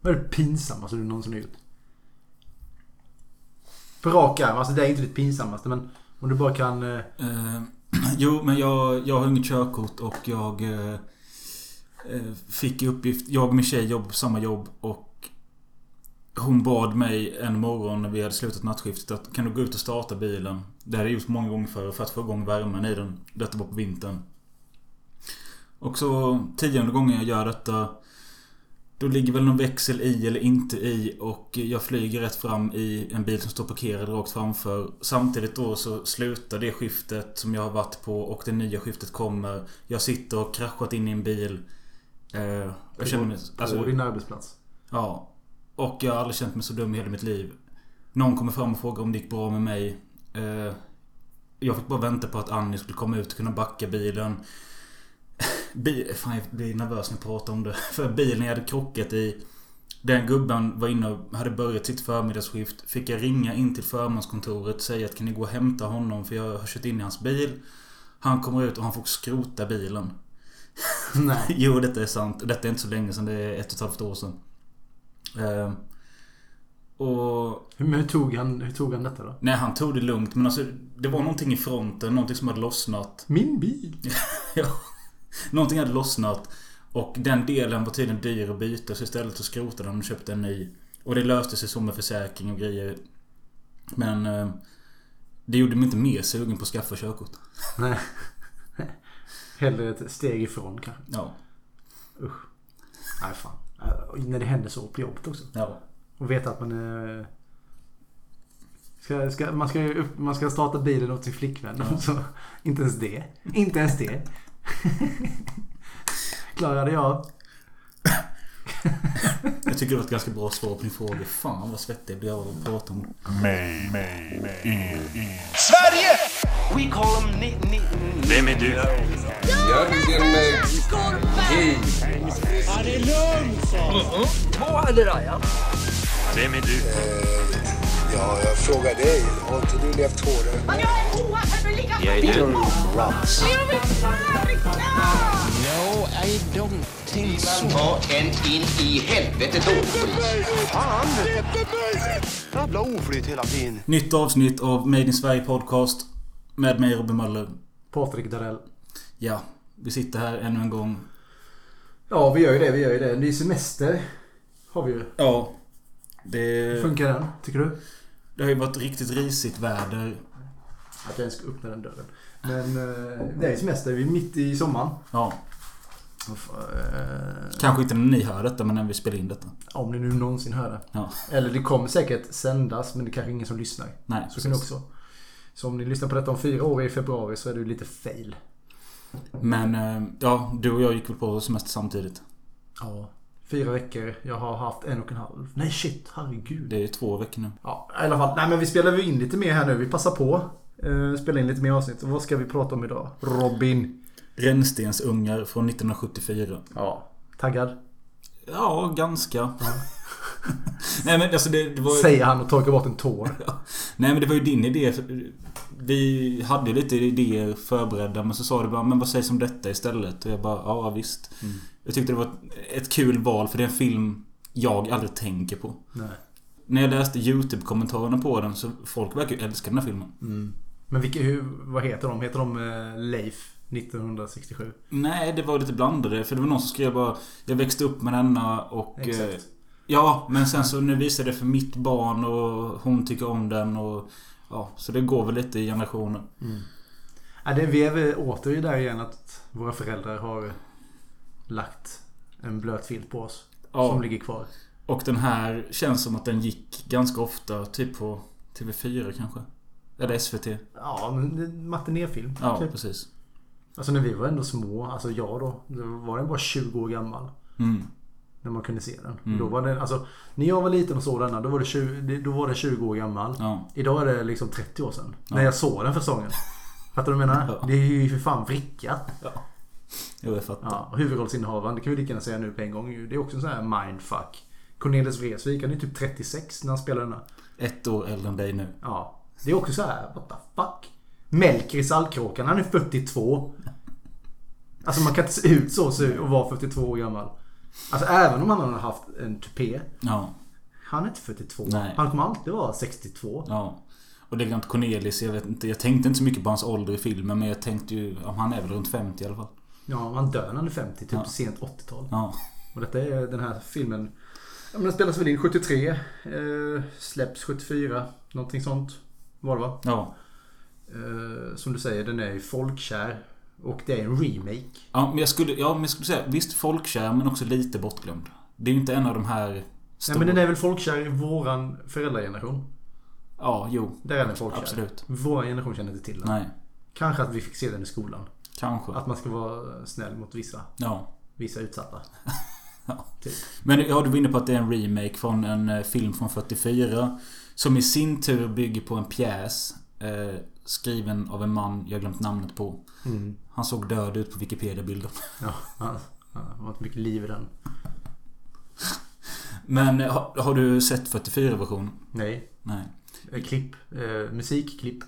Vad är det pinsammaste du någonsin har gjort? På rak arm. Alltså det är inte det pinsammaste men om du bara kan... eh, Eh, jo, men jag, jag har inget körkort och jag eh, eh, fick i uppgift... Jag och min tjej jobbar på samma jobb och hon bad mig en morgon när vi hade slutat nattskiftet att kan du gå ut och starta bilen? Det hade jag gjort många gånger förr för att få igång värmen i den. Detta var på vintern. Och så tionde gången jag gör detta då ligger väl någon växel i eller inte i och jag flyger rätt fram i en bil som står parkerad rakt framför. Samtidigt då så slutar det skiftet som jag har varit på och det nya skiftet kommer. Jag sitter och kraschat in i en bil. Eh, jag känner mig... på Alltså, din arbetsplats. ja. Och jag har aldrig känt mig så dum i hela mitt liv. Någon kommer fram och frågar om det gick bra med mig. Eh, jag fick bara vänta på att Annie skulle komma ut och kunna backa bilen. Bi- Fan, jag blir nervös när jag pratar om det. För bilen jag hade krockat i. Den gubben var inne och hade börjat sitt förmiddagsskift. Fick jag ringa in till förmanskontoret säga att kan ni gå och hämta honom för jag har kört in i hans bil. Han kommer ut och han får skrota bilen. Nej. Jo, detta är sant. Detta är inte så länge sedan. Det är ett och ett halvt år sedan. Eh, och... Men hur tog han, hur tog han detta då? Nej, han tog det lugnt. Men alltså, det var någonting i fronten. Någonting som hade lossnat. Min bil! Ja. Någonting hade lossnat. Och den delen var tydligen dyr att byta. Så istället så skrotade han och köpte en ny. Och det löste sig så med försäkring och grejer. Men... eh, Det gjorde mig inte mer sugen på att skaffa körkort. Nej. Hellre ett steg ifrån kanske. Ja. Nej fan. Äh, och När det händer så på jobbet också. Ja. Och veta att man är... Ska, ska, man, ska, ju upp- man ska starta bilen åt sin flickvän. Så, inte ens det. Inte ens det. Klarade jag. Jag tycker det var ett ganska bra svar på din fråga. Fan vad svettig jag blev av att prata om det. Main, main, in, in. Sverige! We call them nit nit Vem är du? Jörgen eh, Key. Två eller Raja? Mm-hmm. Vem är du? Ja, jag frågar dig. Har inte du levt hårdare? Men jag är oerhört lika Jag är No, I don't think so. Ta en in i helvete då. Jävla oflyt hela tiden. Nytt avsnitt av Made in Sverige Podcast Med mig Robin Möller Patrik Darell. Ja, vi sitter här ännu en gång Ja, vi gör ju det. Vi gör ju det. Det är semester. Har vi ju. Ja Det, Funkar den? Tycker du? det har ju varit riktigt risigt väder Att jag ens ska öppna den dörren. Men eh, det är ju semester. Vi är mitt i sommaren. Ja, Och, eh, kanske inte när ni hör detta men när vi spelar in detta Om ni nu någonsin hör det. Ja, Eller det kommer säkert sändas men det är kanske ingen som lyssnar. nej Så kan det också vara. Så om ni lyssnar på detta om fyra år i februari så är det ju lite fail. Men eh, ja, du och jag gick väl på semester samtidigt Ja. Fyra veckor. Jag har haft en och en halv. Nej shit, herregud. Det är ju två veckor nu Ja, i alla fall. Nej men vi spelar ju in lite mer här nu. Vi passar på. Eh, spelar in lite mer avsnitt. Och vad ska vi prata om idag? Robin. Rännstensungar från 1974 Ja. Taggad? Ja, ganska Nej men alltså det, det var Säger han och torkar bort en tår. Nej men det var ju din idé. Vi hade ju lite idéer förberedda men så sa du bara men vad sägs om detta istället? Och jag bara ja visst. Jag tyckte det var ett- ett kul val för det är en film jag aldrig tänker på. Nej. När jag läste YouTube-kommentarerna på den så folk verkar ju älska den här filmen. Men vilka, hur, vad heter de? Heter de eh, Leif 1967? Nej, det var lite blandade. För det var någon som skrev bara Jag växte upp med denna och... Exakt. eh, Ja, men sen så nu visar det för mitt barn och hon tycker om den och... Ja, så det går väl lite i generationer. Ja, Äh, det, vi är väl åter i där igen att våra föräldrar har lagt en blöt filt på oss. Ja. Som ligger kvar. Och den här känns som att den gick ganska ofta, typ på TV4 kanske. Eller SVT. Ja, men det är en matinéfilm. Ja, typ. precis. Alltså när vi var ändå små, alltså jag då, då var den bara 20 år gammal. Mm. När man kunde se den. Då var den alltså, när jag var liten och såg denna, då var, det 20, det- då var den 20 år gammal. Ja. Idag är det liksom 30 år sedan. När jag såg den första gången. Fattar du vad jag menar? Ja. Det är ju för fan vrickat. Jo, jag fattar. Ja, och huvudrollsinnehavaren, det kan vi lika gärna säga nu på en gång. ju. Det är också en sån här mindfuck. Cornelis Vreeswijk, han är typ 36 när han spelar den här. Ett år äldre än dig nu. Ja, det är också så här, what the fuck? Melker i Allkråkan, han är 42. Alltså man kan inte se ut så och se- och vara 42 år gammal. Alltså även om han hade haft en tupé. Ja, Han är inte 42. Nej. Han kommer alltid vara 62. ja. Och det är inte Cornelis, jag vet inte. Jag tänkte inte så mycket på hans ålder i filmen men jag tänkte ju... Ja, han är väl runt 50 i alla fall. Ja, han dör när han är 50. Typ Ja. sent 80-tal. Ja. Och detta är den här filmen. Ja, men den spelas väl in 73. Eh, släpps 74. Någonting sånt. Var det va? Ja. Eh, som du säger, den är ju folkkär. Och det är en remake. Ja, men jag skulle, ja, men jag skulle säga visst folkkär men också lite bortglömd. Det är ju inte en av de här... Nej, men den är väl folkkär i våran föräldrageneration. Ja, jo. Där är den folkkär. Absolut. Vår generation känner inte till den. Nej. Kanske att vi fick se den i skolan. Kanske. Att man ska vara snäll mot vissa, Ja. vissa utsatta. Men ja, du var inne på att det är en remake från en eh, film från 44. Som i sin tur bygger på en pjäs. Eh, skriven av en man jag glömt namnet på. Han såg död ut på Wikipedia-bilden. Ja, han- han det var inte mycket liv i den. Men eh, har, har du sett 44-versionen? Nej. Nej. Eh, Klipp. Eh, musikklipp.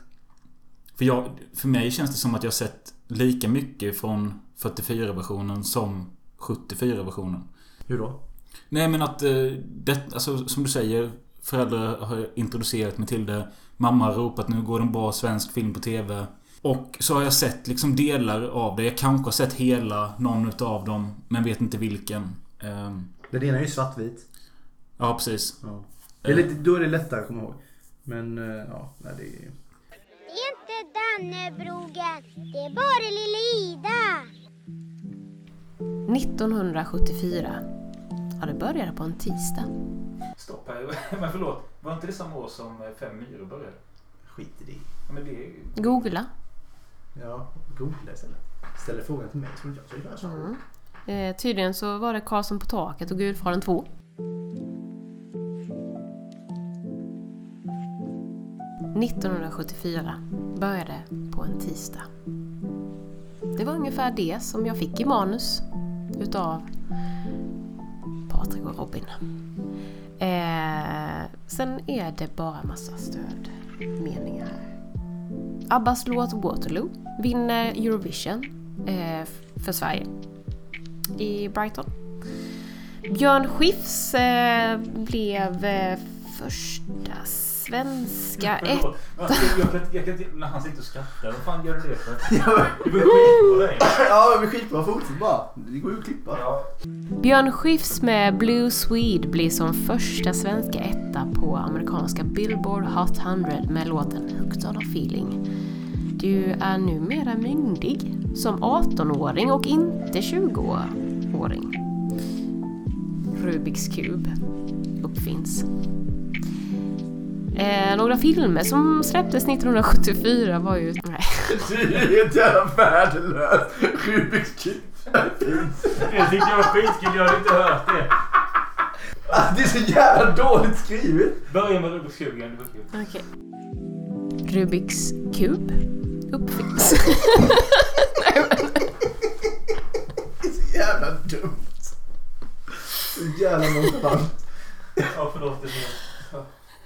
För, jag, för mig känns det som att jag har sett lika mycket från 44-versionen som 74-versionen. Hur då? Nej men att eh, det, alltså, som du säger Föräldrar har introducerat mig till det Mamma har ropat nu går det en bra svensk film på TV Och så har jag sett liksom delar av det Jag kanske har sett hela någon utav dem Men vet inte vilken Ehm, Den ena är ju svartvit. Ja precis Ja. Det är Eh. lite, då är det lättare att komma ihåg. Men eh, ja, nej, det är ju... Det är inte Dannebrogen, det är bara lille Ida. 1974. Ja, det började på en tisdag. Stopp här, men förlåt Var inte det samma år som eh, Fem myror började? Skit i det. Men det är Googla. Ja, googla istället. Ställer frågan till mig som jag ska göra. Mm. så. Eh, tydligen så var det Karlsson på taket och Gudfadern 2. ...1974 började på en tisdag. Det var ungefär det som jag fick i manus utav Patrik och Robin. Eh, sen är det bara massa stödmeningar här. Abbas låt Waterloo vinner Eurovision eh, f- för Sverige i Brighton. Björn Skifs eh, blev eh, första svenska ett... alltså, Jag kan inte... När han sitter och skrattar, vad fan gör du det för? Ja, men skitbra fortsätt bara. Det går ju att klippa. Björn Skifs med Blue Swede blir som första svenska etta på amerikanska Billboard Hot 100 med låten Hooked on a feeling. Du är numera myndig som 18-åring och inte 20-åring. Rubiks kub uppfinns. Eh, några filmer som släpptes 1974 var ju... Nej. Det är ju jävla värdelöst. Rubiks kub. Jag tyckte det var skitkul, jag hade inte hört det. Ah, Det är så jävla dåligt skrivet. Börja med Rubiks kub igen, det var kul. Okej. Rubiks kub uppfinns. Jävla dumt. Så jävla nonchalant. Ja, förlåt.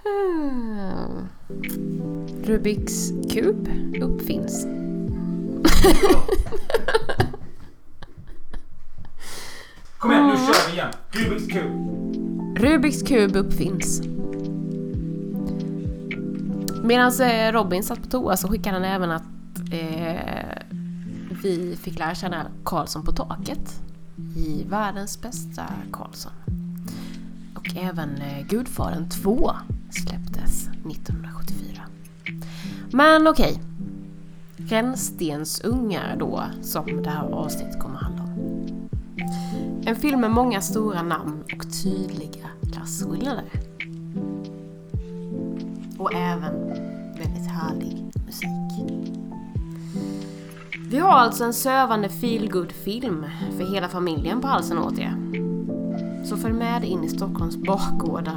Hmm. Rubiks kub uppfinns. Kom igen, nu kör vi igen. Rubiks kub. Rubiks kub uppfinns. Medan eh, Robin satt på toa så skickade han även att eh, vi fick lära känna Karlsson på taket i världens bästa Karlsson. Och även eh, Gudfadern 2 släpptes 1974. Men okej. Rännstensungar då, som det här avsnittet kommer handla om. En film med många stora namn och tydliga klasskillnader. Och även väldigt härlig musik. Vi har alltså en sövande feelgood film för hela familjen på halsen åt er. Så följ med in i Stockholms bakgårdar.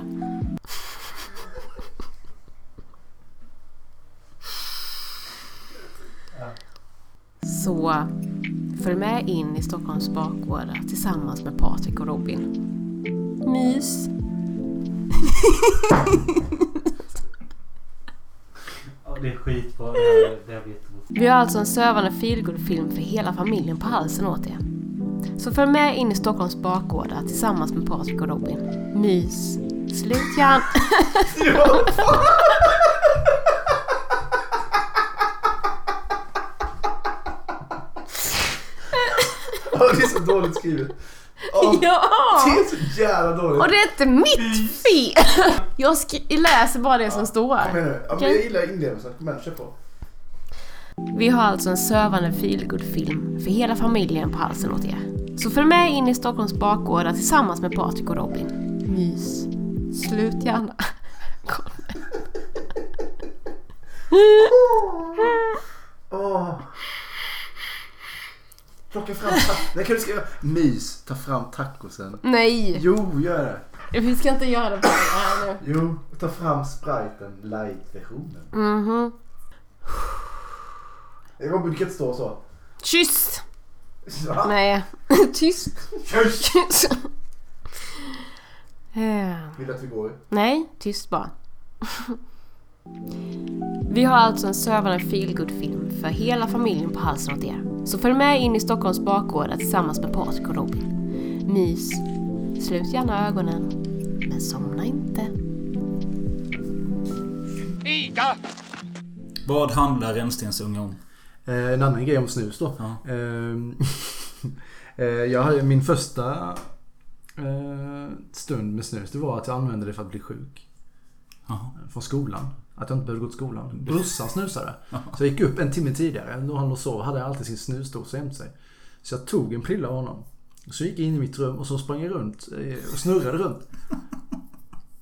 Så Följ med in i Stockholms bakgårdar tillsammans med Patrik och Robin. Mys! Ja, det är skitbra. Det här- det här blir jättebra. Vi har alltså en sövande feelgood-film för hela familjen på halsen åt er. Så följ med in i Stockholms bakgårdar tillsammans med Patrik och Robin. Mys. Slut Jan. Ja, Ah, det är så dåligt skrivet. Ah, ja! Det är så jävla dåligt. Och det är inte mitt fel! Jag skri- läser bara det som står här. Kom igen nu. Ja, men Okej. jag gillar inlevelsen. Kom igen, kör på. Vi har alltså en sövande feelgood-film för hela familjen på halsen åt er. Så följ med in i Stockholms bakgårdar tillsammans med Patrik och Robin. Mys. Slut gärna. Åh. Ah. Plocka fram tacos. Där kan du skriva mys, ta fram tacosen. Nej! Jo, gör det. Vi ska inte göra det på det här nu. Jo, ta fram spriten, light-versionen. Mhm. Robin, du kan inte stå så. Kyss! Va? Nej. Tyst. Kyss! Kyss. Eh. Vill du att vi går? Nej, tyst bara. Vi har alltså en sövande feelgood-film för hela familjen på halsen åt er. Så följ med in i Stockholms bakgårdar tillsammans med Patrik och Robin. Mys. Slut gärna ögonen. Men somna inte. Vad handlar Rännstensunge om? Eh, en annan grej om snus då. Ja. Ehm, Eh, jag hade min första eh, stund med snus det var att jag använde det för att bli sjuk. Eh, Jaha. Mm. Från skolan. Att jag inte behövde gå till skolan. Brorsan snusade. Så jag gick upp en timme tidigare. Då han låg och sov hade jag alltid sin snusdosa jämte sig. Så jag tog en prilla av honom. Så gick jag in i mitt rum och så sprang jag runt eh, och snurrade runt.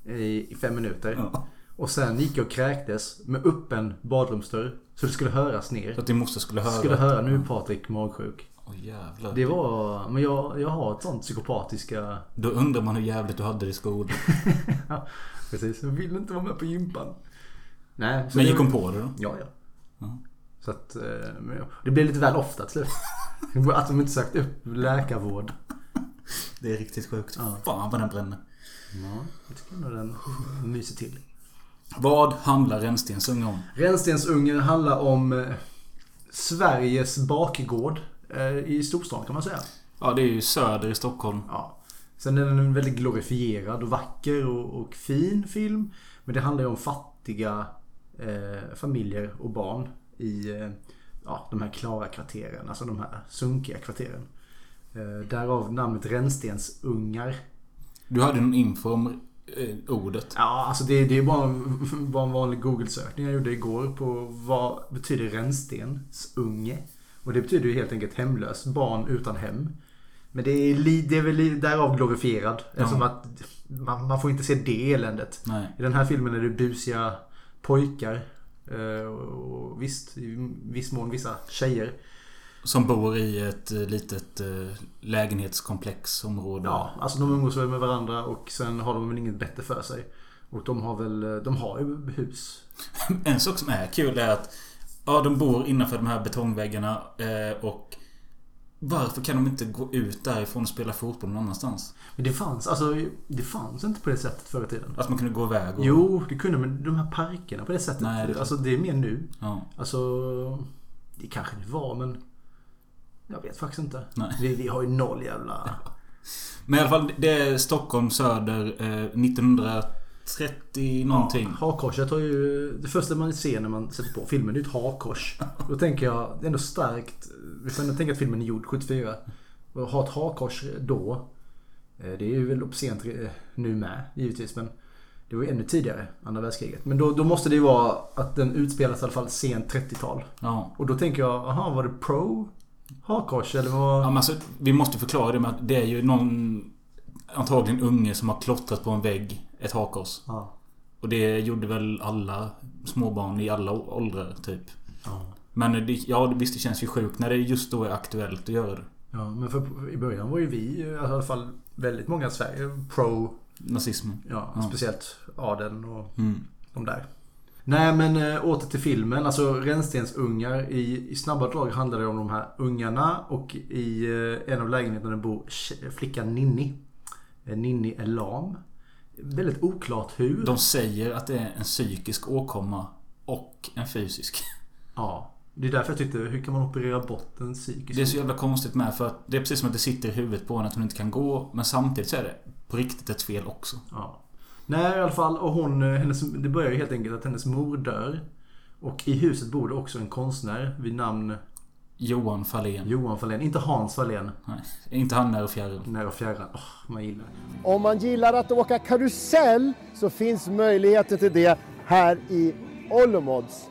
I, i fem minuter. Ja. Och sen gick jag och kräktes med öppen badrumsdörr. Så det skulle höras ner. Så att din moster skulle höra? Skulle höra nu är Patrik magsjuk. Åh, jävlar. Det var... Men jag, jag har ett sånt psykopatiska... Då undrar man hur jävligt du hade det i skolan. Precis. Jag vill inte vara med på gympan. Nej. så Men det- gick hon på det då? Ja, ja. Så att... eh, Men ja. Det blev lite väl ofta till slut. Att de inte sökte upp läkarvård. Det är riktigt sjukt. Fan vad den bränner. Jag tycker ändå den myser till. Vad handlar Rännstensunge om? Rännstensungen handlar om eh, Sveriges bakgård. eh, I storstan kan man säga. Ja, det är ju söder i Stockholm. Ja. Sen är den en väldigt glorifierad och vacker och, och fin film. Men det handlar ju om fattiga eh, familjer och barn i eh, ja, de här klara kvarteren. Alltså de här sunkiga kvarteren. Eh, därav namnet Rännstensungar. Du hade någon info om eh, ordet. Ja, alltså det, det är bara, en- bara en vanlig Google-sökning jag gjorde igår på vad betyder rännstensunge? Och det betyder ju helt enkelt hemlös, barn utan hem. Men det är, li, det är väl li- därav glorifierad. Eftersom att man, man får inte se det eländet. Nej. I den här filmen är det busiga pojkar. eh, Och visst, i viss mån vissa tjejer. Som bor i ett eh, litet eh, lägenhetskomplexområde. Ja, alltså de umgås väl med varandra och sen har de väl inget bättre för sig. Och de har väl, de har ju hus En sak som är kul är att Ja, de bor innanför de här betongväggarna eh, och Varför kan de inte gå ut därifrån och spela fotboll någon annanstans? Men det fanns, alltså, det fanns inte på det sättet förr i tiden. Att man kunde gå iväg och... Jo, det kunde men de här parkerna på det sättet. Nej, det det är alltså det är mer nu. Ja. Alltså, det kanske det var men... Jag vet faktiskt inte. Nej. Vi, vi har ju noll jävla... Men i alla fall, det är Stockholm söder eh, 1930 någonting. Hakkorset har ju... Det första man ser när man sätter på filmen det är ju ett hakkors. Då tänker jag, det är ändå starkt. Vi får ändå tänka att filmen är gjord 74. Och att ha ett hakkors då. eh, Det är ju väl obscent eh, nu med givetvis men det var ju ännu tidigare, andra världskriget. Men då, då måste det ju vara att den utspelas i alla fall sent 30-tal. Ja. Och då tänker jag, aha var det pro hakkors eller Ja, vad? men alltså, vi måste förklara det med att det är ju någon Antagligen unge som har klottrat på en vägg Ett hakkors Ja. Och det gjorde väl alla småbarn i alla å- åldrar typ Men det, ja det- visst det känns ju sjukt när det just då är aktuellt att göra det Ja, men för, i början var ju vi, eh, i alla fall väldigt många i Sverige, pro Nazismen Ja, speciellt adeln och de där. Nej men äh, åter till filmen. Alltså rännstensungar. I, I snabba drag handlar det om de här ungarna. Och i eh, en av lägenheterna bor tje- flickan Ninni. Eh, Ninni är lam. Väldigt oklart hur. De säger att det är en psykisk åkomma Och en fysisk Ja. Det är därför jag tyckte, hur kan man operera bort en psykisk Det är så jävla konstigt med för att det är precis som att det sitter i huvudet på henne att hon inte kan gå. Men samtidigt så är det på riktigt ett fel också. Ja. Nej, i alla fall. Och hon, eh, hennes, det börjar ju helt enkelt att hennes mor dör. Och i huset bor det också en konstnär vid namn Johan Fahlén. Johan Fahlén. Inte Hans Fahlén. Nej, är inte han när och fjärran? Nära och fjärran. Åh, man gillar det. Om man gillar att åka karusell så finns möjligheten till det här i Olomouc.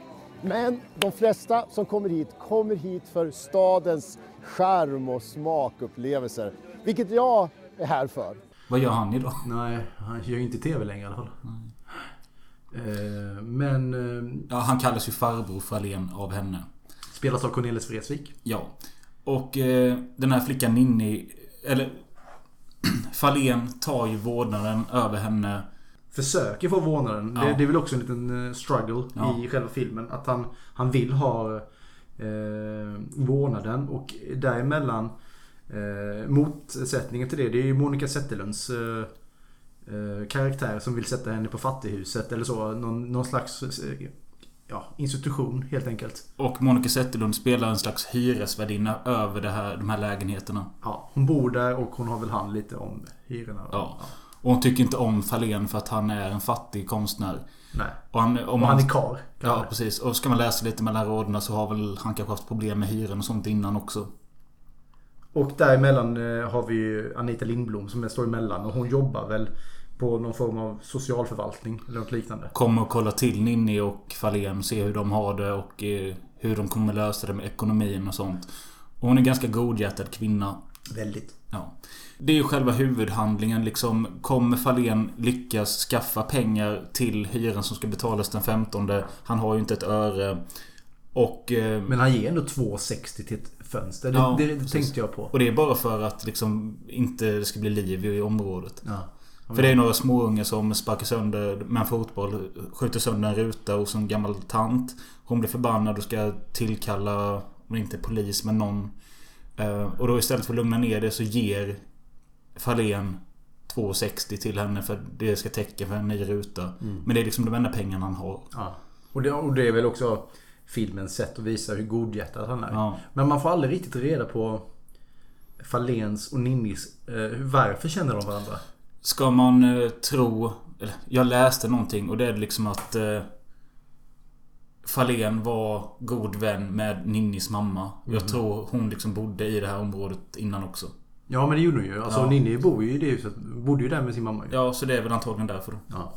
Men de flesta som kommer hit kommer hit för stadens charm och smakupplevelser, vilket jag är här för. Vad gör han idag? Nej, han gör ju inte TV längre i alla fall. Eh, Men eh, Ja, han kallas ju farbror Fahlén av henne. spelas av Cornelis Vreeswijk. Ja. Och eh, den här flickan Ninni... Eller... Fahlén tar ju vårdnaden över henne. Försöker få vårdnaden. Det, Ja. det är väl också en liten eh, struggle Ja. i själva filmen. Att han, han vill ha eh, vårdnaden och däremellan eh, motsättningen till det. Det är ju Monica Zetterlunds eh, eh, karaktär som vill sätta henne på fattighuset eller så. Någon, någon slags eh, ja, institution helt enkelt. Och Monica Zetterlund spelar en slags hyresvärdinna över det här, de här lägenheterna. Ja, hon bor där och hon har väl hand lite om hyrorna. Ja. Och hon tycker inte om Fahlén för att han är en fattig konstnär. Nej. Och han, om Och han han är karl. kan Ja, man- precis. Och ska man läsa lite mellan raderna så har väl han kanske haft problem med hyran och sånt innan också. Och däremellan eh, har vi ju Anita Lindblom som står emellan och hon jobbar väl på någon form av socialförvaltning eller något liknande. Kommer och kolla till Ninni och Fahlén, se hur de har det och eh, hur de kommer lösa det med ekonomin och sånt. Och hon är en ganska godhjärtad kvinna. Väldigt. Ja. Det är ju själva huvudhandlingen liksom. Kommer Fahlén lyckas skaffa pengar till hyran som ska betalas den 15? Han har ju inte ett öre. Och... eh, Men han ger ändå 2,60 till ett fönster. Det, Ja, det, det precis. tänkte jag på. Och det är bara för att liksom inte det ska bli liv i området. Ja. För det är några småungar som sparkar sönder med en fotboll, skjuter sönder en ruta och en gammal tant. Hon blir förbannad och ska tillkalla, om inte polis men någon. Eh, Och då istället för att lugna ner det så ger Fahlén 2,60 till henne för att det ska täcka för en ny ruta. Mm. Men det är liksom de enda pengarna han har. Ja. Och, det, och det är väl också filmens sätt att visa hur godhjärtad han är. Ja. Men man får aldrig riktigt reda på Fahlens och Ninnis... Eh, varför känner de varandra? Ska man eh, tro... Eller, jag läste någonting och det är liksom att... Eh, Fahlén var god vän med Ninnis mamma. Jag tror hon liksom bodde i det här området innan också. Ja men det gjorde hon ju. Alltså Ja. Ninni bor ju i det huset. Bodde ju där med sin mamma ju. Ja, så det är väl antagligen därför då. Ja.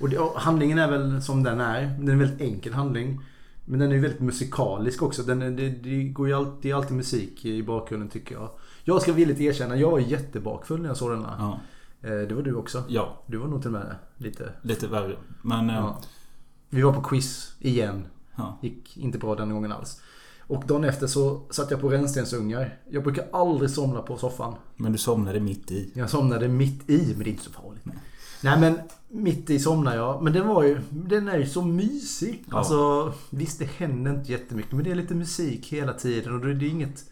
Och, det, och handlingen är väl som den är. Den är en väldigt enkel handling. Men den är ju väldigt musikalisk också. Den är, det, det går ju alltid, det är alltid musik i bakgrunden tycker jag. Jag ska villigt erkänna, jag var jättebakfull när jag såg denna. Ja, Eh, det var du också. ja Du var nog till och med lite. lite värre. Men... Eh, Ja. Vi var på quiz igen. Ja. Gick inte bra den gången alls. Och dagen efter så satt jag på rännstensungar. Jag brukar aldrig somna på soffan. Men du somnade mitt i. Jag somnade mitt i, men det är inte så farligt. Nej men mitt i somnade jag. Men den var ju, den är ju så mysig. Ja. Alltså visst det händer inte jättemycket men det är lite musik hela tiden och det är inget...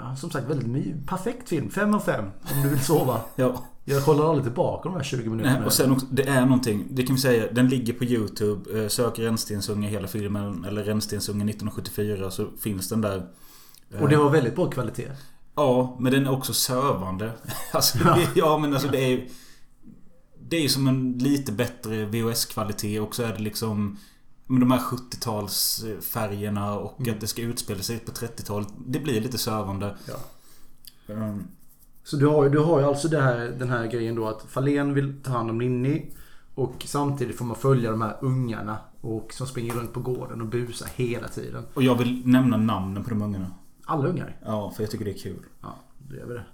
Ja, som sagt väldigt my- perfekt film. fem av fem om du vill sova. Ja. Jag kollar aldrig tillbaka de här 20 minuterna. Nej, och sen också, det är någonting. Det kan vi säga. Den ligger på YouTube. Eh, Sök Rännstensunge hela filmen. Eller Rännstensunge 1974 så finns den där. och det var väldigt bra kvalitet. Ja, men den är också sövande. Alltså, ja. ja, men alltså det är ju... Det är ju som en lite bättre VHS-kvalitet och så är det liksom... Med de här 70-talsfärgerna och att det ska utspela sig på 30-talet. Det blir lite sövande. Ehm, Så du har ju, du har ju alltså det här, den här grejen då att Fahlén vill ta hand om Ninni. Och samtidigt får man följa de här ungarna. Och som springer runt på gården och busar hela tiden. Och jag vill nämna namnen på de ungarna. Alla ungar? Ja, för jag tycker det är kul. Ja, det är väl det.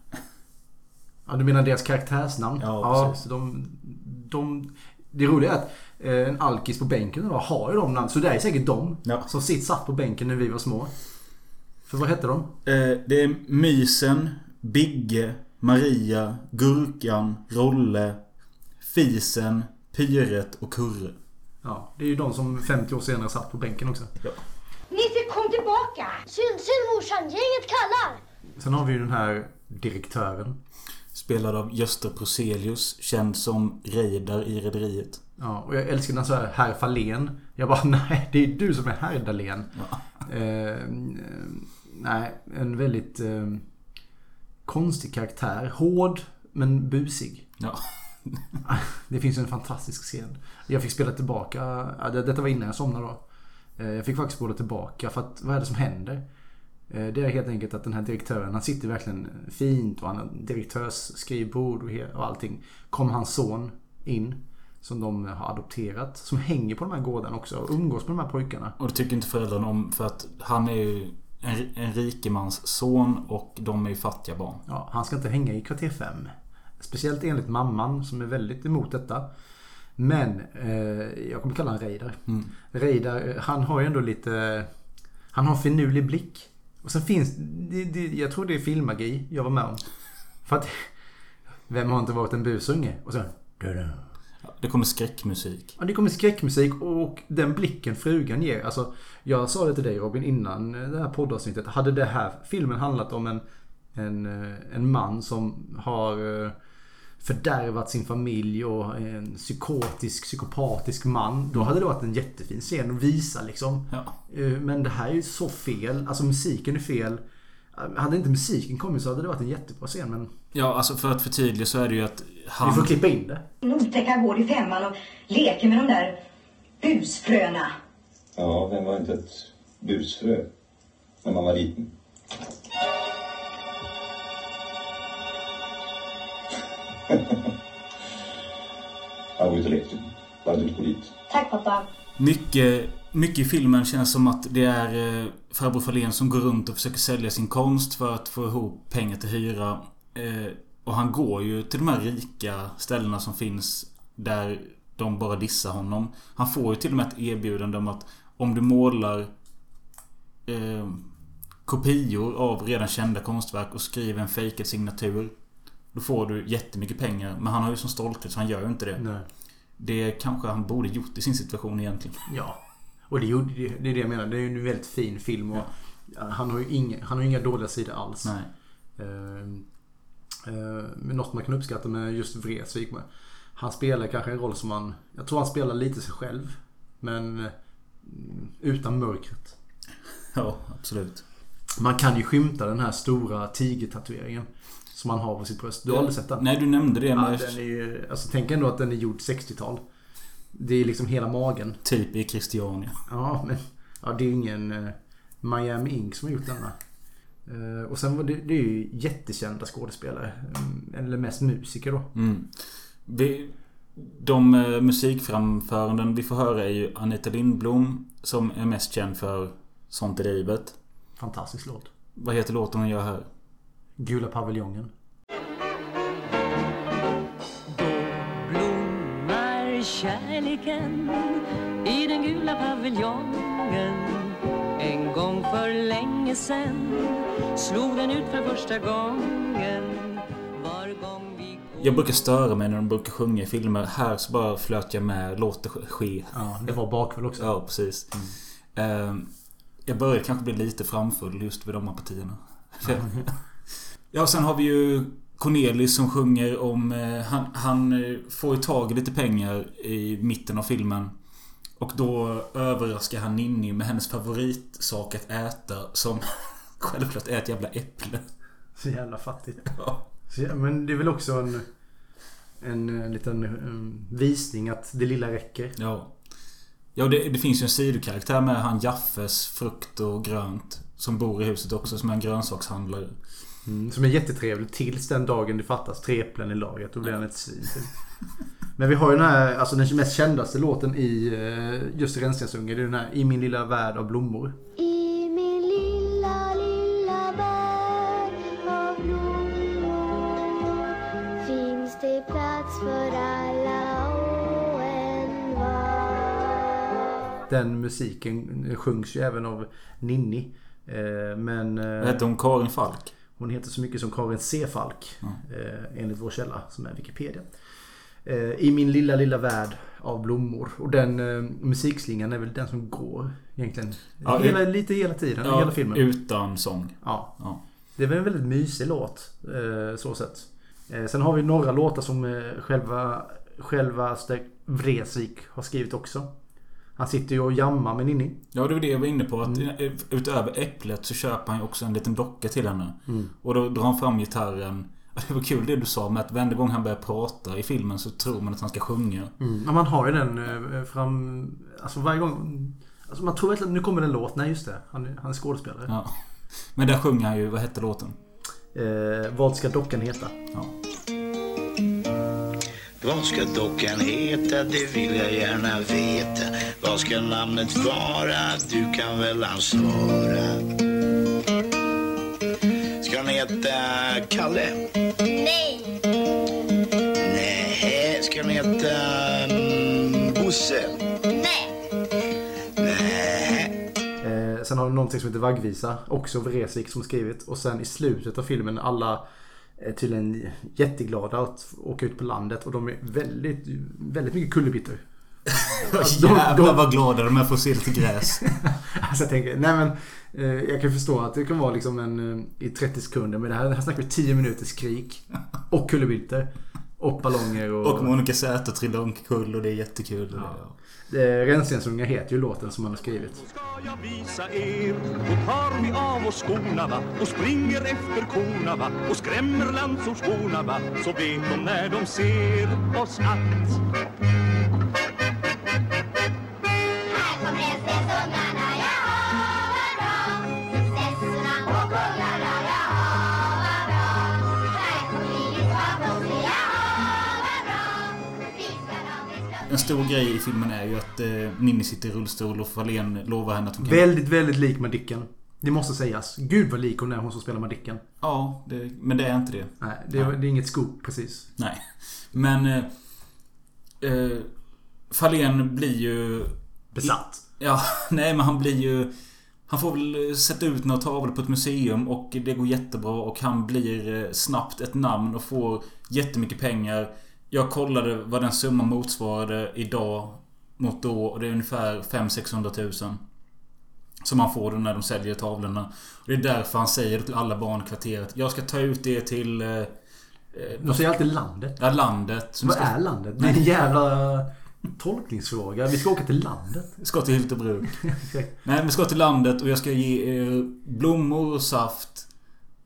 Ja, du menar deras karaktärsnamn? Ja, precis. så de, de, det roliga är att eh, en alkis på bänken idag har ju de namn. Så det är säkert de Ja. som sitt satt på bänken när vi var små. För vad hette de? Eh, det är Mysen, Bigge, Maria, Gurkan, Rolle, Fisen, Pyret och Kurre. Ja, det är ju de som 50 år senare satt på bänken också. Nisse, kom tillbaka! Syn, syn morsan, gänget kallar! Sen har vi ju den här direktören. Spelad av Gösta Proselius, känd som Reidar i Rederiet. Ja, och jag älskar när han sa herr Fahlén. Jag bara, nej det är du som är herr Dahlén. Eh, eh, nej, en väldigt eh, konstig karaktär. Hård, men busig. Ja. Det finns ju en fantastisk scen. Jag fick spela tillbaka, ja, det- detta var innan jag somnade då. Eh, Jag fick faktiskt spola tillbaka för att vad är det som händer? Eh, Det är helt enkelt att den här direktören, han sitter verkligen fint och han har direktörsskrivbord och he- och allting. Kom hans son in som de har adopterat. Som hänger på de här gårdarna också och umgås med de här pojkarna. Och det tycker inte föräldrarna om för att han är ju en, en rikemans son och de är ju fattiga barn. Ja, han ska inte hänga i kvarter 5. Speciellt enligt mamman som är väldigt emot detta. Men eh, jag kommer kalla honom Reidar. Reidar, eh, han har ju ändå lite... Han har en finurlig blick. Och sen finns det, det, Jag tror det är filmmagi jag var med om. För att... Vem har inte varit en busunge? Och sen... "Du-du." Det kommer skräckmusik. Ja, det kommer skräckmusik och den blicken frugan ger. Alltså, jag sa det till dig Robin innan det här poddavsnittet. Hade det här filmen handlat om en, en, eh, en man som har eh, fördärvat sin familj och är en psykotisk, psykopatisk man. Då hade det varit en jättefin scen att visa liksom. Ja. Eh, Men det här är ju så fel. Alltså musiken är fel. Eh, Hade inte musiken kommit så hade det varit en jättebra scen. Men Ja, alltså för att förtydliga så är det ju att vi får han... klippa in det. Otäcka går i femman och leker med de där busfröna. Ja, vem var inte ett busfrö när man var liten? Jag var ute och lekte. Bara du inte går dit. Tack pappa. Mycket, mycket i filmen känns som att det är eh, farbror Fahlén som går runt och försöker sälja sin konst för att få ihop pengar till hyra. Eh, och han går ju till de här rika ställena som finns där de bara dissar honom. Han får ju till och med ett erbjudande om att om du målar eh, kopior av redan kända konstverk och skriver en fejkad signatur. Då får du jättemycket pengar. Men han har ju sån stolthet så han gör ju inte det. Nej. Det kanske han borde gjort i sin situation egentligen. Ja. Och det, gjorde, det det är det jag menar. Det är ju en väldigt fin film. Och han, har ju inga, han har ju inga dåliga sidor alls. Nej. Ehm, eh, men något man kan uppskatta med just Vreeswijk. Med. Han spelar kanske en roll som man... Jag tror han spelar lite sig själv. Men eh, utan mörkret. Ja, absolut. Man kan ju skymta den här stora tigertatueringen. Som han har på sitt bröst. Du har aldrig sett den? Nej, du nämnde det. Ja, Men den är ju, alltså, tänk ändå att den är gjord 60-tal. Det är liksom hela magen. Typ i Christiania. Ja, men ja, det är ju ingen eh, Miami Ink som har gjort denna. Eh, och sen var det, det är ju jättekända skådespelare. Mm, Eller mest musiker då. Mm. Vi, de eh, musikframföranden vi får höra är ju Anita Lindblom som är mest känd för Sånt är livet. Fantastisk låt. Vad heter låten hon gör här? Gula paviljongen. blommar kärleken i den gula paviljongen. En gång för länge sen slog den ut för första gången. Var gång vi Jag brukar störa mig när de brukar sjunga i filmer. Här så bara flöt jag med. Låt det ske. Ja, det var bakväll också. Ja, precis. Eh, Jag börjar kanske bli lite framfull just vid de här partierna. ja, sen har vi ju Cornelis som sjunger om... eh, Han, han eh, får ju tag i lite pengar i mitten av filmen. Och då överraskar han Ninni med hennes favoritsak att äta som självklart är ett jävla äpple. Så jävla fattigt. Ja. Så, jä- men det är väl också en, en eh, liten eh, visning att det lilla räcker. Ja. Ja, det, det finns ju en sidokaraktär med han Jaffes frukt och grönt. Som bor i huset också, som är en grönsakshandlare. Mm, Som är jättetrevlig tills den dagen det fattas tre äpplen i lagret. Då blir han ett svin. typ. Men vi har ju den här, alltså den mest kändaste låten i eh, just Rensningsungen. Det är den här I min lilla värld av blommor. I min lilla, lilla värld av blommor finns det plats för alla och en var. Den musiken sjungs ju även av Ninni. Eh, men Vad eh, hette hon? Karin Falk? hon heter så mycket som Karin C. Falk. Mm. Eh, enligt vår källa som är Wikipedia. Eh, I min lilla, lilla värld av blommor. Och den eh, musikslingan är väl den som går egentligen. Ja, hela, lite hela tiden, Ja, hela filmen. Utan sång. Ja. Ja. Det är väl en väldigt mysig låt. Eh, så sett. Eh, Sen har vi några låtar som eh, själva, självaste Vresvik har skrivit också. Han sitter ju och jammar med Ninni. Ja, det var det jag var inne på. Att Utöver Äpplet så köper han ju också en liten docka till henne. Mm. Och då drar han fram gitarren. Ja, Det var kul det du sa med att varenda gång han börjar prata i filmen så tror man att han ska sjunga. Mm. Ja, man har ju den eh, fram... Alltså varje gång... Alltså man tror verkligen nu kommer det en låt. Nej just det. Han, är- han är skådespelare. Ja. Men där sjunger han ju, vad hette låten? Eh, vad ska dockan heta? Vad ska dockan heta? Det vill jag gärna veta. Vad ska namnet vara? Du kan väl ansvara. Ska den heta eh, Kalle? Nej, Nej. Ska den heta mm, Bosse? nej, Eh, sen har du någonting som heter Vaggvisa. Också Vresvik som skrivit. Och sen i slutet av filmen alla är tydligen jätteglada att åka ut på landet. Och de är väldigt, väldigt mycket kullerbyttor. Alltså, de- Jävlar de- vad glada de är för att se lite gräs. Alltså jag tänker, nej men eh, jag kan förstå att det kan vara liksom en eh, i 30 sekunder. Men det här, här snackar vi 10 minuters skrik. Och kullerbyttor. Och ballonger och... Och Monica Zäta trillar omkull och det är jättekul. Och det- Eh, Rensensungar heter ju låten som han har skrivit. visa er Då tar vi av oss skorna va Och springer efter korna va Och skrämmer landsortsborna va Så vet de när de ser oss att En stor grej i filmen är ju att eh, Ninni sitter i rullstol och Fahlén lovar henne att hon kan... Väldigt, väldigt lik Madicken. Det måste sägas. Gud vad lik hon är hon som spelar Madicken. Ja, det, men det är inte det. Nej, det, är- det är inget scoop precis. Nej. Men... Eh, eh, Fahlén blir ju... Besatt. Ja, nej men han blir ju... Han får väl sätta ut några tavlor på ett museum och det går jättebra och han blir eh, snabbt ett namn och får jättemycket pengar. Jag kollade vad den summan motsvarade idag mot då och det är ungefär 500-600 000. Som han får då när de säljer tavlorna. Och det är därför han säger till alla barn i kvarteret. Jag ska ta ut det till... eh, eh, De säger alltid landet. Ja, landet. Vad är landet? Det är en jävla tolkningsfråga. Vi ska åka till landet. Ska till Hyltebruk. Exakt. Nej men ska till landet och jag ska ge er blommor och saft.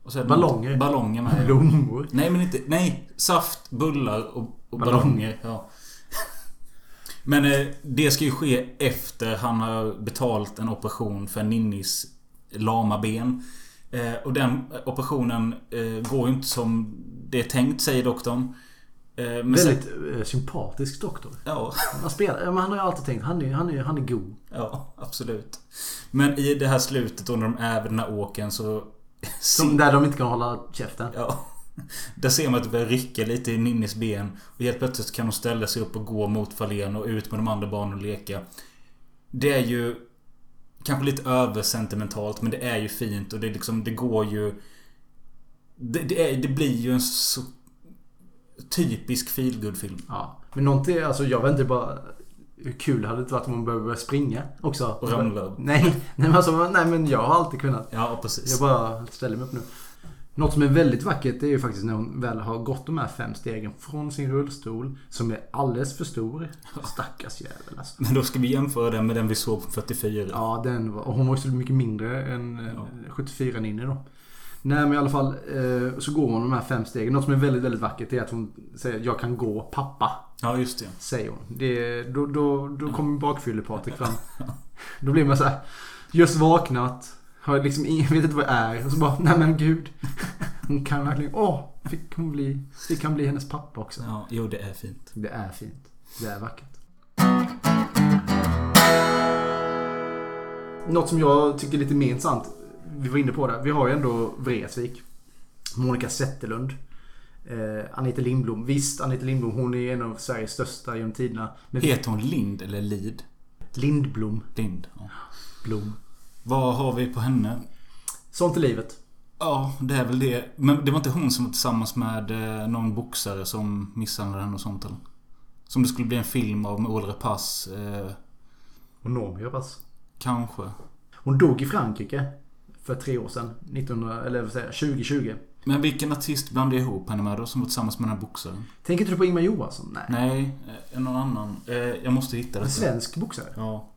Och så är det Ballonger. något- Ballonger med. Blommor. Nej men inte... Nej! Saft, bullar och, och Ballonger. ballonger. Ja. Men eh, det ska ju ske efter han har betalt en operation för Ninnis lama ben. Eh, och den operationen eh, går ju inte som det är tänkt säger doktorn. Eh, men sen- Väldigt eh, sympatisk doktor. Ja. Han, spelar, ja, men han har ju alltid tänkt han är, han är, han är god. Ja, absolut. Men i det här slutet då när de är vid den här åken så... Som där de inte kan hålla käften. Ja. Där ser man att det börjar rycka lite i Ninnis ben. Och helt plötsligt kan hon ställa sig upp och gå mot Fahlén och ut med de andra barnen och leka. Det är ju... Kanske lite översentimentalt men det är ju fint och det är liksom, det går ju... Det, det, är, det blir ju en så typisk feelgood-film. Ja. Men någonting, alltså jag vet inte bara hur kul hade det varit om man började börja springa också. Och ramla. Nej, nej, men alltså, nej men jag har alltid kunnat. Ja, precis. Jag bara ställer mig upp nu. Något som är väldigt vackert det är ju faktiskt när hon väl har gått de här fem stegen från sin rullstol som är alldeles för stor. Stackars jävel alltså. Men då ska vi jämföra den med den vi såg på 44. Ja, den var, och hon var ju så mycket mindre än eh, 74 Ninni då. Nej men i alla fall eh, så går hon de här fem stegen. Något som är väldigt, väldigt vackert är att hon säger jag kan gå pappa. Ja, just det. Säger hon. Det, då då, då kommer bakfyllepatrik fram. Då blir man så här. Just vaknat. Har liksom ingen, vet inte vad jag är. Och så bara, nej men gud. Hon kan verkligen, åh. Fick hon bli, fick han bli hennes pappa också. Ja, jo det är fint. Det är fint. Det är vackert. Något som jag tycker är lite mer intressant. Vi var inne på det. Vi har ju ändå Vreeswijk. Monica Zetterlund. Eh, Anita Lindblom. Visst, Anita Lindblom hon är en av Sveriges största genom tiderna. Men Heter hon Lind eller Lid? Lindblom. Lind, ja. Blom. Vad har vi på henne? Sånt i livet. Ja, det är väl det. Men det var inte hon som var tillsammans med eh, någon boxare som misshandlade henne och sånt eller? Som det skulle bli en film av med Ål Rapace. Eh, Och Noomi Rapace. Kanske. Hon dog i Frankrike. För tre år sedan. 1900, eller vad säger jag, 2020. Men vilken artist blandade jag ihop henne med då som var tillsammans med den här boxaren? Tänker inte du på Ingmar Johansson? Nej. Nej, eh, någon annan. Eh, Jag måste hitta det. En svensk boxare? Ja.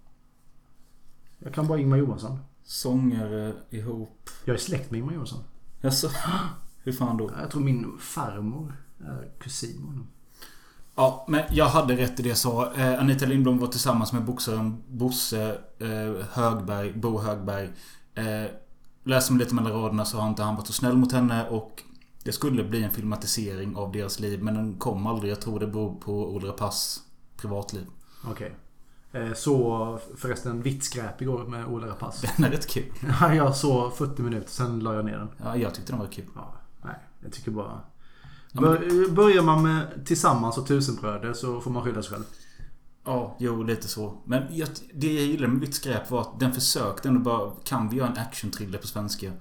Jag kan bara Ingmar Johansson. Sångare ihop. Jag är släkt med Ingmar Johansson. Jaså? Hur fan då? Jag tror min farmor är kusin med honom. Ja, men jag hade rätt i det jag sa. Eh, Anita Lindblom var tillsammans med boxaren Bosse eh, Högberg, Bo Högberg. Eh, läser man lite mellan raderna så har inte han varit så snäll mot henne och det skulle bli en filmatisering av deras liv men den kom aldrig. Jag tror det beror på Olle Pass privatliv. Okej. Eh, Så förresten vitt skräp igår med Ola Rapace. Den är rätt kul. Ja, jag såg 40 minuter, sen la jag ner den. Ja, jag tyckte den var kul. Ja, nej, jag tycker bara... Ja, men- Bör- Börjar man med Tillsammans och Tusenbröder så får man skylla sig själv. Ja, jo lite så. Men jag, det jag gillade med Vitt skräp var att den försökte ändå bara, kan vi göra en actionthriller på svenska?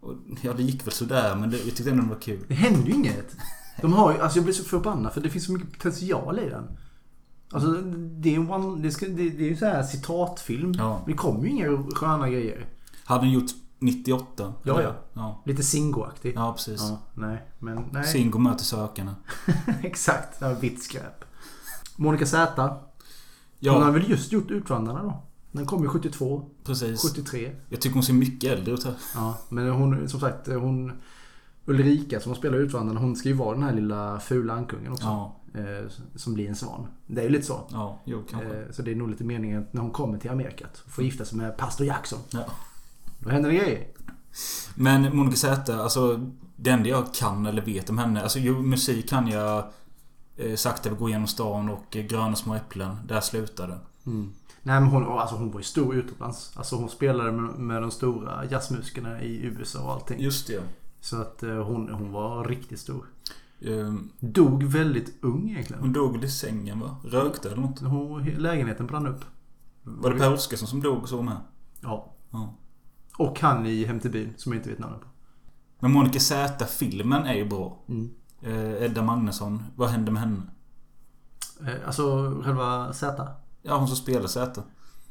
Och, ja, det gick väl sådär men det, jag tyckte ändå den var kul. Det händer ju inget. De har ju, alltså jag blir så förbannad för det finns så mycket potential i den. Alltså det är en one, det, ska, det, det är ju så här citatfilm. Ja. Det kommer ju inga sköna grejer. Hade den gjort 98? Ja, eller? ja. Lite Singo-aktig. Ja, precis. Ja, nej, men nej. Singo möter sökarna. Exakt, det här vitt skräp. Monica Z. Ja. Hon har väl just gjort Utvandrarna då? Den kom ju 72. Precis. 73. Jag tycker hon ser mycket äldre ut här. Ja, men hon, som sagt, hon... Ulrika som spelar Utvandrarna, hon ska ju vara den här lilla fula ankungen också. Ja. Eh, Som blir en svan. Det är ju lite så. Ja, jo kanske. Eh, Så det är nog lite meningen att när hon kommer till Amerika att få gifta sig med pastor Jackson. Ja. Då händer det grejer. Men Monica Zäta, alltså det enda jag kan eller vet om henne. Alltså jo, musik kan jag. Eh, sakta vi går genom stan och eh, gröna små äpplen. Där slutar det. Nej men hon, alltså hon var ju stor utomlands. Alltså hon spelade med, med de stora jazzmusikerna i USA och allting. Just det. Så att eh, hon, hon var riktigt stor. Eh, Dog väldigt ung egentligen. hon dog väl i sängen va? Rökte eller något? Hon, lägenheten brann upp. Mm. Var det Per Oscarsson som dog och så med? Ja. Ja. Och han i Hem till byn som jag inte vet namnet på. Men Monica Zäta filmen är ju bra. Mm. Eh, Edda Magnusson. Vad hände med henne? Eh, Alltså själva Z. Ja, hon som spelar Zäta.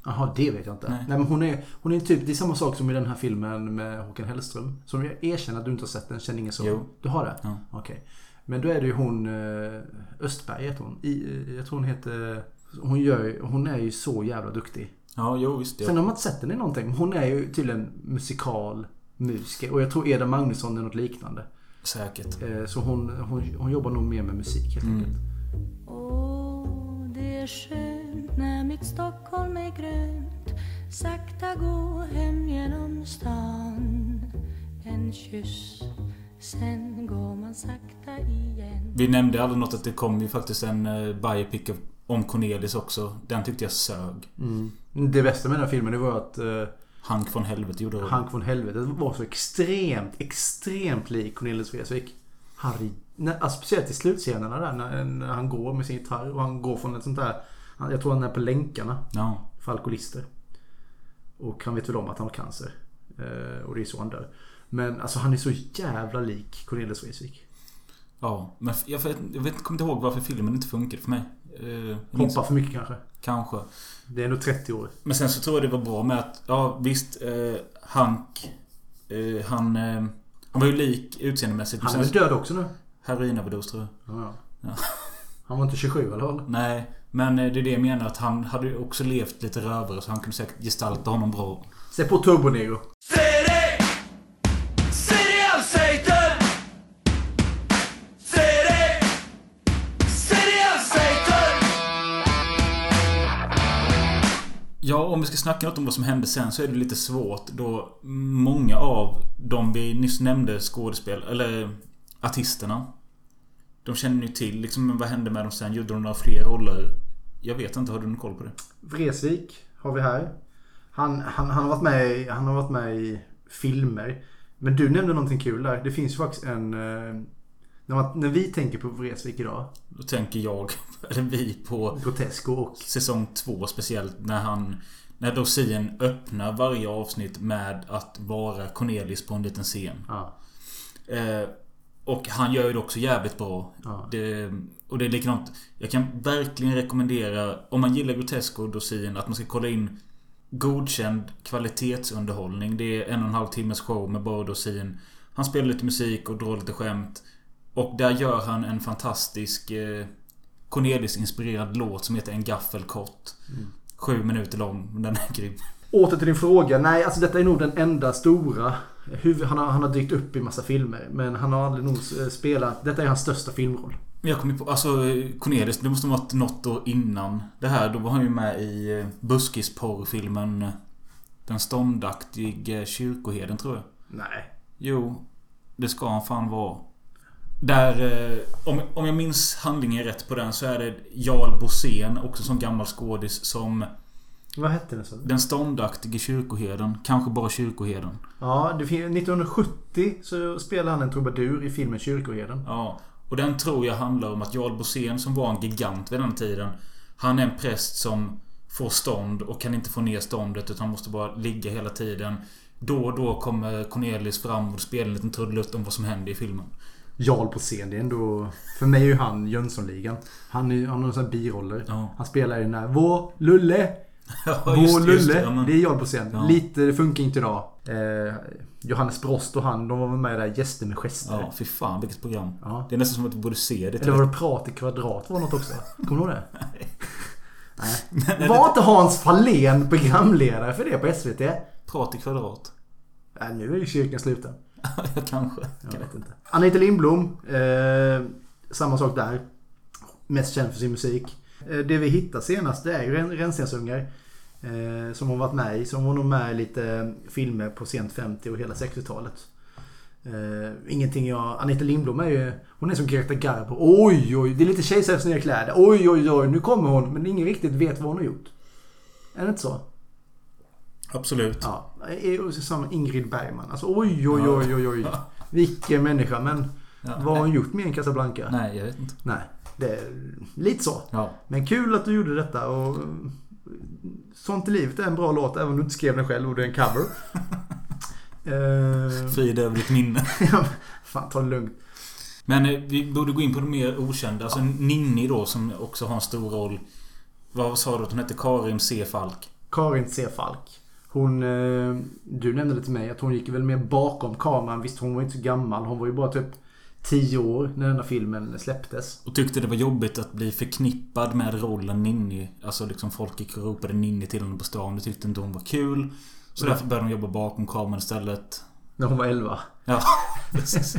Jaha, det vet jag inte. Nej. Nej. men hon är, hon är typ, det är samma sak som i den här filmen med Håkan Hellström. Som jag erkänner att du inte har sett den, känner ingen så. Jo. Du har det? Ja. Okej. Men då är det ju hon eh, Östberg heter hon. I, eh, jag tror hon heter... Hon, gör, ju- hon är ju så jävla duktig. Ja, jo visst. Ja. Sen har man inte sett henne i någonting. men Hon är ju tydligen musikal musiker. Och jag tror Eda Magnusson är något liknande. Säkert. Eh, så hon, hon, hon jobbar nog mer med musik Mm. helt enkelt. Åh, det är skönt när mitt Stockholm är grönt Sakta gå hem genom stan En kyss, sen går man sakta igen Vi nämnde aldrig något att det kom ju faktiskt en eh, biopic of- om Cornelis också. Den tyckte jag sög. Det bästa med den här filmen det var att eh, Hank från helvete gjorde det. Hank von Helvete var så extremt, extremt lik Cornelis Vreeswijk. Harry, nej, alltså speciellt i slutscenerna där när, när han går med sin gitarr och han går från ett sånt där... han- Jag tror han är på länkarna Ja. för alkoholister. Och han vet väl om att han har cancer. Eh, och det är så han dör. Men alltså han är så jävla lik Cornelis Vreeswijk. Ja. Men f- jag, vet, jag vet, kommer inte ihåg varför filmen inte funkade för mig. Eh, jag minns- Hoppar för mycket kanske. Kanske. Det är ändå 30 år. Men sen så tror jag det var bra med att, ja visst, eh, Hank. Eh, han, eh, han var ju lik utseendemässigt. men Han är sen- väl död också nu? Heroinöverdos tror jag. Ja. Ja. Han var inte 27 eller? vad? Nej, men eh, det är det jag menar. Att han hade ju också levt lite rövare så han kunde säkert gestalta honom bra. Sätt på Turbo Negro. Ja, om vi ska snacka något om vad som hände sen så är det lite svårt då många av de vi nyss nämnde skådespel eller artisterna. De känner ni till liksom, men vad hände med dem sen? Gjorde de några fler roller? Jag vet inte, har du någon koll på det? Vresvik har vi här. Han, han, han, har varit med, i- han har varit med i filmer. Men du nämnde någonting kul där. Det finns ju faktiskt en... eh, När, man, när vi tänker på Vresvik idag. Då tänker jag, eller vi, på Grotesco och... säsong två speciellt när han... När då Sien öppnar varje avsnitt med att vara Cornelis på en liten scen. Ja. Eh, och han gör ju det också jävligt bra. Ja. Det, och det är likadant. Jag kan verkligen rekommendera, om man gillar Grotesco och Dosin, att man ska kolla in godkänd kvalitetsunderhållning. Det är en och en halv timmes show med bara Dosin. Han spelar lite musik och drar lite skämt. Och där gör han en fantastisk eh, Cornelis-inspirerad låt som heter En gaffel kort. Mm. Sju minuter lång. Den är grym. Åter till din fråga. Nej, alltså detta är nog den enda stora. Huvud, han, har, han har dykt upp i massa filmer. Men han har aldrig nog eh, spelat. Detta är hans största filmroll. Men jag kom ju på, alltså eh, Cornelis, det måste ha varit något år innan det här. Då var han ju med i eh, buskisporrfilmen eh, Den ståndaktige kyrkoherden tror jag. Nej. Jo, det ska han fan vara. Där, eh, om, om jag minns handlingen rätt på den så är det Jarl Bosén, också som gammal skådis, som Vad hette den? Så? den ståndaktige kyrkoherden. Kanske bara kyrkoherden. Ja, det, fin- 1970 så spelar han en trubadur i filmen Kyrkoherden. Ja, och den tror jag handlar om att Jarl Bosén som var en gigant vid den tiden. Han är en präst som får stånd och kan inte få ner ståndet utan måste bara ligga hela tiden. Då och då kommer Cornelis fram och spelar en liten trudelutt om vad som händer i filmen. Jarl på scen, det är ändå... För mig är ju han Jönssonligan. Han, är, han har sådana biroller. Han spelar ju den här Vår Lulle! Ja, Vår just- Lulle! just det, ja, men- det är Jarl på scen. Ja. Lite, det funkar inte idag. Eh, Johannes Brost och han, de var med där, Gäster med gester. Ja, fy fan vilket program. Det är nästan som att vi borde se det. Eller var det Prat i kvadrat var något också? Kommer du ihåg det? nej, Nej. Var inte Hans Fahlén programledare för det på SVT? Prat i kvadrat. Nej, nu är ju cirkeln sluten. Kanske. Jag vet inte. Anita Lindblom. Eh, samma sak där. Mest känd för sin musik. Eh, det vi hittar senast det är ju Ren- Rännstensungar. Eh, som hon varit med i. Som hon var med i lite filmer på sent 50 och hela 60-talet. Eh, ingenting jag... Anita Lindblom är ju... Hon är som Greta Garbo. Oj, oj. Det är lite kejsarens nya kläder. Oj, oj, oj. Nu kommer hon. Men ingen riktigt vet vad hon har gjort. Är det inte så? Absolut. Ja. Eh, och så Som Ingrid Bergman. Alltså oj, oj, oj, oj, oj. Vilken människa. Men vad har hon gjort mer än Casablanca? Nej, jag vet inte. Nej. Det är lite så. Ja. Men kul att du gjorde detta. Och eh, Sånt i livet är en bra låt även om du inte skrev den själv och det är en cover. Eh, Frid över ditt minne. Fan, ta det lugnt. Men eh, vi borde gå in på de mer okända. Alltså Ninni då som också har en stor roll. Vad sa du att hon hette? Karin C. Falk. Karin C. Falk. Hon, eh, du nämnde det till mig att hon gick väl mer bakom kameran. Visst hon var inte så gammal. Hon var ju bara typ 10 år när den här filmen släpptes. Och tyckte det var jobbigt att bli förknippad med rollen Ninni. Alltså liksom folk gick och ropade Ninni till henne på stan. Det tyckte inte hon var kul. Så därför började hon jobba bakom kameran istället. När hon var 11. Ja, precis.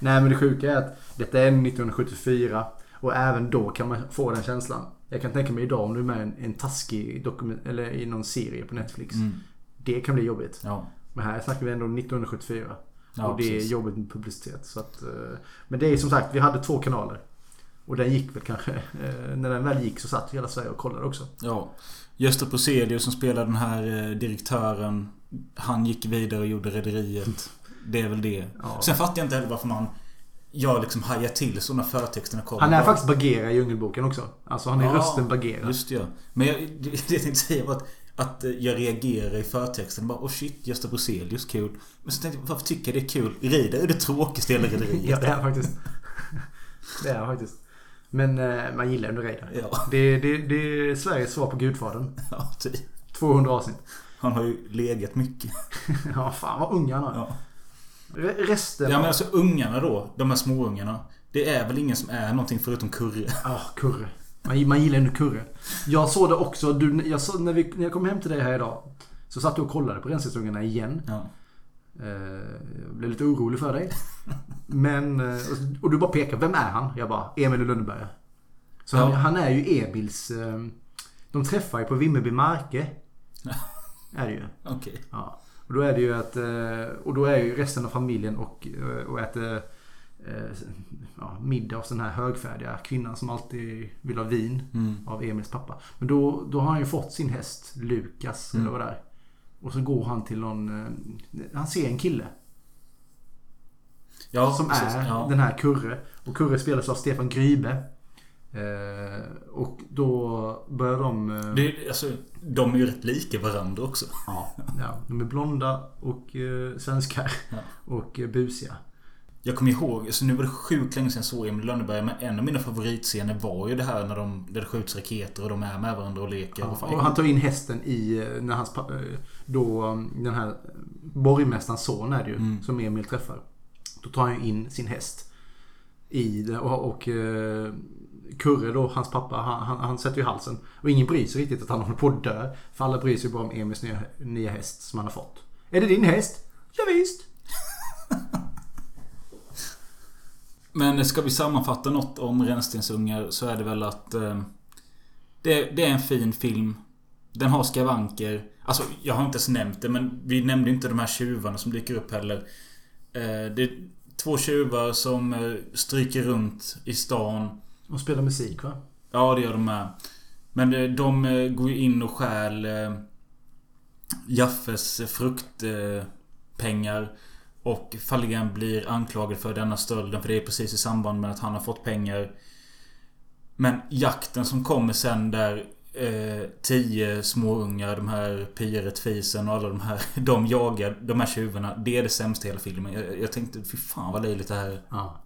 Nej men det sjuka är att detta är 1974 och även då kan man få den känslan. Jag kan tänka mig idag om du är med i en, en taskig dokument eller i någon serie på Netflix. Mm. Det kan bli jobbigt. Ja. Men här snackar vi ändå om 1974. Ja, och det precis. är jobbigt med publicitet. Så att, eh, men det är som sagt, vi hade två kanaler. Och den gick väl kanske. eh, När den väl gick så satt hela Sverige och kollade också. Ja. Gösta Poselius som spelar den här eh, direktören. Han gick vidare och gjorde Rederiet. Det är väl det. Sen fattar jag inte heller varför man... Jag liksom hajar till så när förtexterna kommer. Han är faktiskt Bagheera i Djungelboken också. Alltså han är Ja, rösten Bagheera. Just det, ja. Men jag, det jag tänkte säga var att, att eh, jag reagerar i förtexten. Bara, oh shit, Gösta Bruzelius, kul. Men så tänkte jag, varför tycker jag det är kul? Rida är det tråkigaste i hela Rederiet. ja, det är han faktiskt. Det är han faktiskt. Men eh, man gillar ändå Reidar. Ja. Det, det, det är Sveriges svar på Gudfadern. Ja, typ. 200 avsnitt. Han har ju legat mycket. ja, fan vad ung han är. Ja. Re- Resten... Ja men alltså ungarna då, de här småungarna. Det är väl ingen som är någonting förutom Kurre. Ja, Ah, kurre. Man, man gillar ändå kurre. Jag såg det också. Du, jag såg, när, vi, när jag kom hem till dig här idag. Så satt du och kollade på Rensäsongerna igen. Ja. Eh, Jag blev lite orolig för dig. Men, eh, och- och du bara pekar. Vem är han? Jag bara, Emil i Lönneberga. Så han, Ja. han är ju Emils... eh, De träffar ju på Vimmerby Marke. är det ju. Okej. Ja. Och då är det ju att... eh, Och då är ju resten av familjen och, eh, och äter eh, ja, middag hos den här högfärdiga kvinnan som alltid vill ha vin Mm. av Emils pappa. Men då, då har han ju fått sin häst Lukas Mm. eller vad det är. Och så går han till någon... eh, Han ser en kille. Ja, som precis. är Ja. den här Kurre. Och Kurre spelas av Stefan Grybe. Eh, och då börjar de... eh, Det, är- alltså, de är ju rätt lika varandra också. Ja. Ja, de är blonda och eh, svenskar. Och eh, busiga. Jag kommer ihåg, alltså nu var det sjukt länge sedan jag såg Emil i Lönneberga men en av mina favoritscener var ju det här när de, där det skjuts raketer och de är med varandra och leker. Ja, och fan, och han tar in hästen i eh, när hans pa- eh, då eh, den här borgmästarens son är det ju som Emil träffar. Då tar han ju in sin häst. I det och, och eh, Kurre då, hans pappa, han, han, han sätter ju halsen. Och ingen bryr sig riktigt att han håller på att dö. För alla bryr sig bara om Emils nya, nya häst som han har fått. Är det din häst? Ja, visst. Men ska vi sammanfatta något om Rännstensungar så är det väl att eh, det, det är en fin film. Den har skavanker. Alltså, jag har inte ens nämnt det men vi nämnde ju inte de här tjuvarna som dyker upp heller. Eh, det är två tjuvar som eh, stryker runt i stan. De spelar musik va? Ja, det gör de med. Men eh, de eh, går ju in och stjäl eh, Jaffes fruktpengar. Och Falligan blir anklagad för denna stölden för det är precis i samband med att han har fått pengar. Men jakten som kommer sen där eh, Tio småungar, de här Pyret, Fisen och alla de här. De jagar de här tjuvarna. Det är det sämsta i hela filmen. Jag, jag tänkte fy fan vad löjligt det här är. Ja.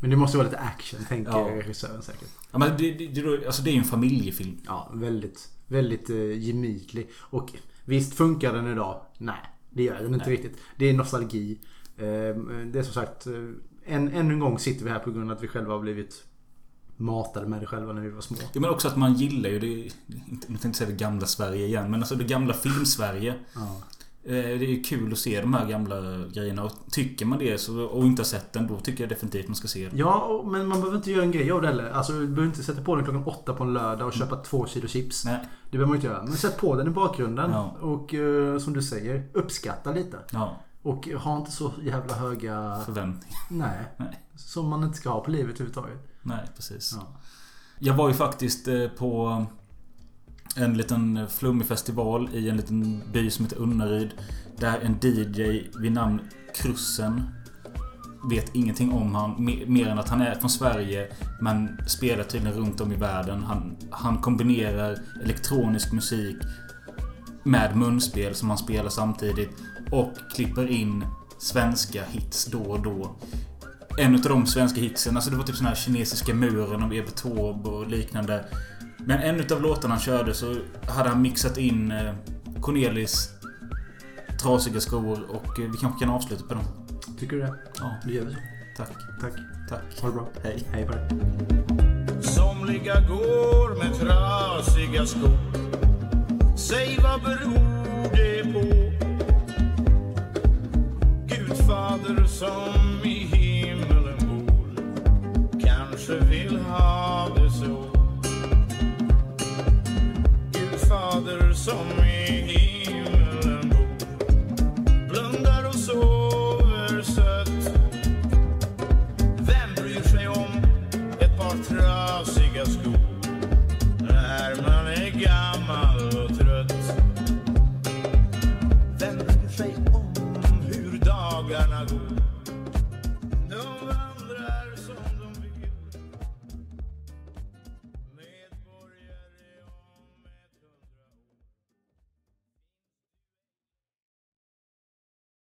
Men det måste vara lite action tänker Ja. regissören säkert. Ja, men det, det, det, alltså det är ju en familjefilm. Ja, väldigt, väldigt eh, gemytlig. Och visst funkar den idag? Nej, det gör den inte Nej. riktigt. Det är nostalgi. Eh, Det är som sagt, eh, än, ännu en gång sitter vi här på grund av att vi själva har blivit matade med det själva när vi var små. Ja, men också att man gillar ju det... inte- Nu tänkte jag säga det gamla Sverige igen, men alltså det gamla film-Sverige. Ja. Eh, Det är ju kul att se de här gamla grejerna och tycker man det så, och inte har sett den, då tycker jag definitivt man ska se den. Ja, och- men man behöver inte göra en grej av det heller. Alltså, du behöver inte sätta på den klockan åtta på en lördag och köpa två kilo chips. Nej. Det behöver man inte göra. Men sätt på den i bakgrunden. Ja. Och eh, som du säger, uppskatta lite. Ja. Och ha inte så jävla höga... Förväntningar. Nej. Som man inte ska ha på livet överhuvudtaget. Nej, precis. Ja. Jag var ju faktiskt eh, på en liten flummig festival i en liten by som heter Unnaryd. Där en DJ vid namn Krussen vet ingenting om han me- mer än att han är från Sverige men spelar tydligen runt om i världen. Han, han kombinerar elektronisk musik med munspel som han spelar samtidigt och klipper in svenska hits då och då. En av de svenska hitsen, alltså det var typ sån här kinesiska muren och Evert Taube och liknande. Men en utav låtarna han körde så hade han mixat in eh, Cornelis trasiga skor och eh, vi kanske kan avsluta på dem. Tycker du det? Ja. Det gör vi så. Genau. Tack. Tack. Tack. Ha det bra. Hej. Hej på dig. Somliga går med trasiga skor Säg vad beror det på? Gud fader som i himmelen bor Kanske vill ha det så Gud fader som i